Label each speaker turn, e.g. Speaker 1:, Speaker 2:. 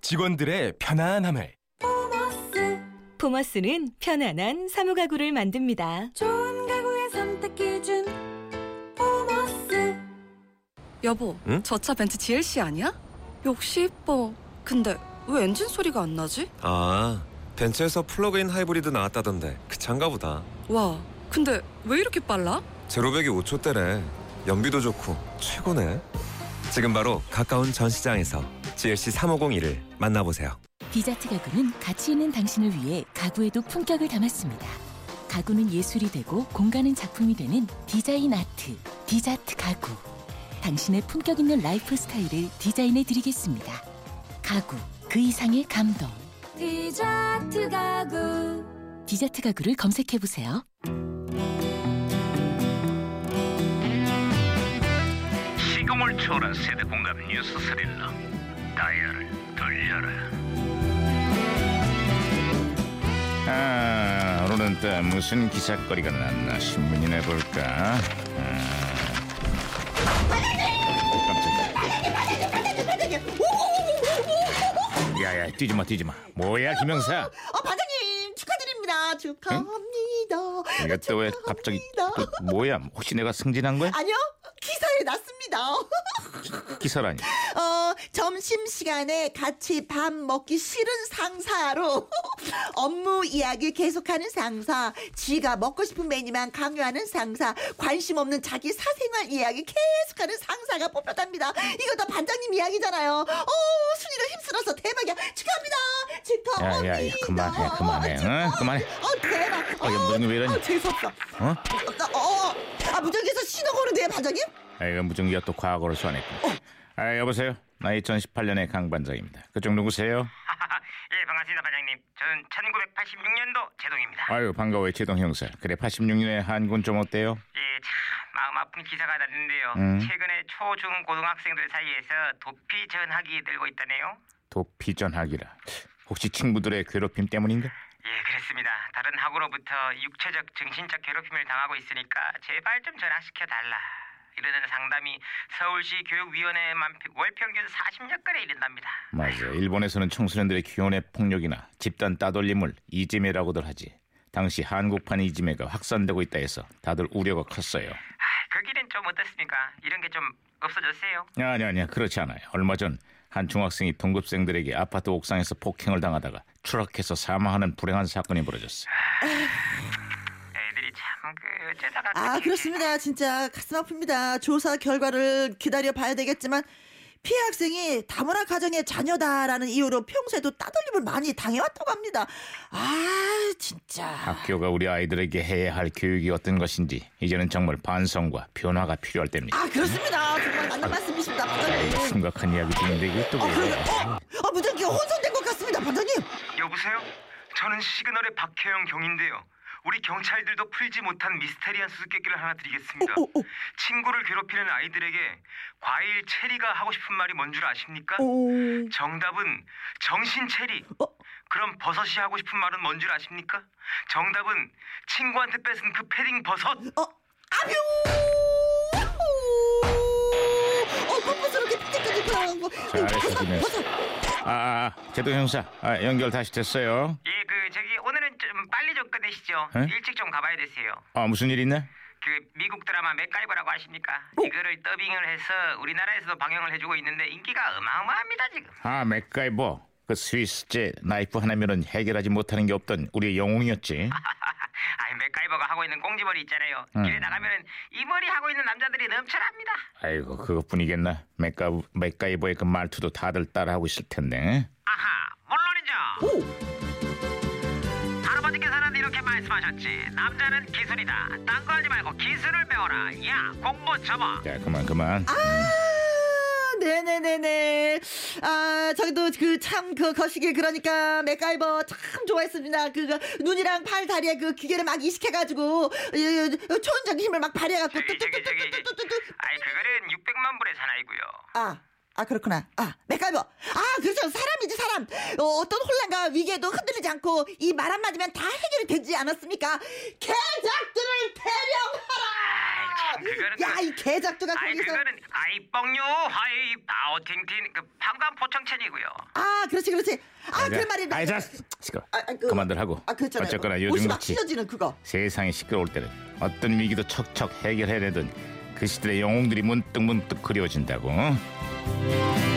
Speaker 1: 직원들의 편안함을
Speaker 2: 포머스는 편안한 사무가구를 만듭니다.
Speaker 3: 좋은 가구의 선택 기준 보너스
Speaker 4: 여보,
Speaker 1: 응?
Speaker 4: 저 차 벤츠 GLC 아니야? 역시 이뻐. 근데 왜 엔진 소리가 안 나지?
Speaker 5: 아, 벤츠에서 플러그인 하이브리드 나왔다던데 그 차인가 보다.
Speaker 4: 와, 근데 왜 이렇게 빨라?
Speaker 5: 제로백이 5초대래. 연비도 좋고 최고네. 지금 바로 가까운 전시장에서 GLC 3501을 만나보세요.
Speaker 6: 디자트 가구는 가치 있는 당신을 위해 가구에도 품격을 담았습니다. 가구는 예술이 되고 공간은 작품이 되는 디자인 아트, 디자트 가구. 당신의 품격 있는 라이프 스타일을 디자인해 드리겠습니다. 가구, 그 이상의 감동.
Speaker 3: 디저트 가구
Speaker 6: 디자트 가구를 검색해 보세요.
Speaker 7: 시공을 초월한 세대 공감 뉴스 스릴러 다이얼을 돌려라
Speaker 8: 아, 오늘은 또 무슨 기사거리가 났나 신문이나 볼까? 아. 야야 뛰지마 뛰지마 뭐야 김영사
Speaker 9: 어, 반장님 축하드립니다. 축하합니다.
Speaker 8: 이것도 왜 갑자기
Speaker 9: 축하합니다.
Speaker 8: 또 뭐야 혹시 내가 승진한 거야?
Speaker 9: 아니요 기사에 났습니다.
Speaker 8: 기사라니
Speaker 9: 어 점심 시간에 같이 밥 먹기 싫은 상사로 업무 이야기 계속하는 상사, 지가 먹고 싶은 메뉴만 강요하는 상사, 관심 없는 자기 사생활 이야기 계속하는 상사가 뽑혔답니다. 이거 다 반장님 이야기잖아요. 어 순위를 힘쓸어서 대박이야. 축하합니다. 축하합니다.
Speaker 8: 야야야 그만해 그만해 응? 그만해
Speaker 9: 어 대박.
Speaker 8: 아, 야, 무전기 왜 이러니?
Speaker 9: 아, 재수없어.
Speaker 8: 어?
Speaker 9: 어, 어, 어. 아 무전기에서 신호가 오는데요, 반장님?
Speaker 8: 아 이거 무전기가 또 과거로 소환했군 아 여보세요 나 2018년의 강반장입니다 그쪽 누구세요?
Speaker 7: 예 반갑습니다 반장님 저는 1986년도 제동입니다
Speaker 8: 아유 반가워요 최동 형사 그래 86년에 한군 좀 어때요?
Speaker 7: 예 참 마음 아픈 기사가 났는데요
Speaker 8: 음.
Speaker 7: 최근에 초중 고등학생들 사이에서 도피 전학이 늘고 있다네요
Speaker 8: 도피전학이라 혹시 친구들의 괴롭힘 때문인가?
Speaker 7: 예 그렇습니다 다른 학우로부터 육체적 정신적 괴롭힘을 당하고 있으니까 제발 좀 전학시켜 달라 이러는 상담이 서울시 교육위원회만 월평균 40여건에 이른답니다
Speaker 8: 맞아 일본에서는 청소년들의 교원의 폭력이나 집단 따돌림을 이지메라고들 하지 당시 한국판 이지메가 확산되고 있다 해서 다들 우려가 컸어요
Speaker 7: 아, 거기는 좀 어떻습니까 이런 게 좀 없어졌어요
Speaker 8: 아니 아니야 그렇지 않아요 얼마 전 한 중학생이 동급생들에게 아파트 옥상에서 폭행을 당하다가 추락해서 사망하는 불행한 사건이 벌어졌어
Speaker 7: 애들이 참 그 어쩌다가
Speaker 9: 아
Speaker 7: 그렇게-
Speaker 9: 그렇습니다. 진짜 가슴 아픕니다. 조사 결과를 기다려 봐야 되겠지만 피해 학생이 다문화 가정의 자녀다라는 이유로 평소에도 따돌림을 많이 당해왔다고 합니다. 아 진짜.
Speaker 8: 학교가 우리 아이들에게 해야 할 교육이 어떤 것인지 이제는 정말 반성과 변화가 필요할 때입니다
Speaker 9: 아 그렇습니다. 정말 맞는 말씀이십니다, 반장님.
Speaker 8: 심각한 이야기 중인데 이게 또
Speaker 9: 어
Speaker 8: 왜?
Speaker 9: 그러면 어, 어 무전기가 혼선된 것 같습니다, 반장님.
Speaker 7: 여보세요? 저는 시그널의 박혜영 경인데요. 우리 경찰들도 풀지 못한 미스테리한 수수께끼를 하나 드리겠습니다.
Speaker 9: 어, 어, 어.
Speaker 7: 친구를 괴롭히는 아이들에게 과일 체리가 하고 싶은 말이 뭔 줄
Speaker 9: 어,
Speaker 7: 아십니까?
Speaker 9: 오.
Speaker 7: 정답은 정신 체리.
Speaker 9: 어?
Speaker 7: 그럼 버섯이 하고 싶은 말은 뭔 줄 아십니까? 정답은 친구한테 뺏은 그 패딩 버섯.
Speaker 9: 어, 아뷰! 어, 뻔뻔스럽게 피자까지 들어가고.
Speaker 8: 잘했어, 김혜수.
Speaker 9: 벗어, 벗어.
Speaker 8: 아, 아, 제동 형사, 아, 연결 다시 됐어요.
Speaker 7: 예, 그 저기 오늘은 좀 빨리 좀 끝내시죠.
Speaker 8: 에?
Speaker 7: 일찍 좀 가봐야 되세요.
Speaker 8: 아, 무슨 일 있나?
Speaker 7: 그 미국 드라마 맥가이버라고 아십니까?
Speaker 9: 어?
Speaker 7: 이거를 더빙을 해서 우리나라에서도 방영을 해주고 있는데 인기가 어마어마합니다 지금.
Speaker 8: 아, 맥가이버. 그 스위스제 나이프 하나면은 해결하지 못하는 게 없던 우리의 영웅이었지.
Speaker 7: 아, 맥가이버가 하고 있는 꽁지머리 있잖아요.
Speaker 9: 음.
Speaker 7: 길에 나가면은 이 머리 하고 있는 남자들이 넘쳐납니다.
Speaker 8: 아이고, 그것뿐이겠나? 맥가, 맥가이버의 그 말투도 다들 따라하고 있을 텐데.
Speaker 7: 아하, 물론이죠. 할아버지께서는 이렇게 말씀하셨지. 남자는 기술이다. 딴 거 하지 말고 기술을 배워라. 야, 공부 접어.
Speaker 8: 자, 그만, 그만.
Speaker 9: 아, 네네네네. 아, 저기도 그 참 그 거시기 그러니까 맥가이버 참 좋아했습니다. 그, 그 눈이랑 팔 다리에 그 기계를 막 이식해가지고 이- 이- 초원적인 힘을 막 발휘해갖고
Speaker 7: 저기 저기 저기.
Speaker 9: 뚜뚜뚜뚜뚜뚜뚜.
Speaker 7: 아이 그거는 600만 불의 사나이고요.
Speaker 9: 아. 아 그렇구나. 아 맥가이버. 아 그렇죠. 사람이지 사람. 어, 떤 혼란과 위기에도 흔들리지 않고 이 말 한마디면 다 해결이 되지 않았습니까? 개작들을 대령하라.
Speaker 7: 아이 참 그거는
Speaker 9: 야,
Speaker 7: 그-
Speaker 9: 이 개작두가
Speaker 7: 아이
Speaker 9: 거기서.
Speaker 7: 그거는 아이 뻥요 하이 아오 팅팅 그 방광 포청천이고요.
Speaker 9: 아, 그렇지, 그렇지. 아, 그런 말이.
Speaker 8: 아이 자 시끄러.
Speaker 9: 아, 아, 그-
Speaker 8: 그만들 하고.
Speaker 9: 아, 그랬잖아요.
Speaker 8: 어쨌거나
Speaker 9: 옷이
Speaker 8: 요즘
Speaker 9: 막
Speaker 8: 같이
Speaker 9: 찢어지는 그거.
Speaker 8: 세상이 시끄러울 때는 어떤 위기도 척척 해결해내던 그 시대의 영웅들이 문득문득 그리워진다고. 어?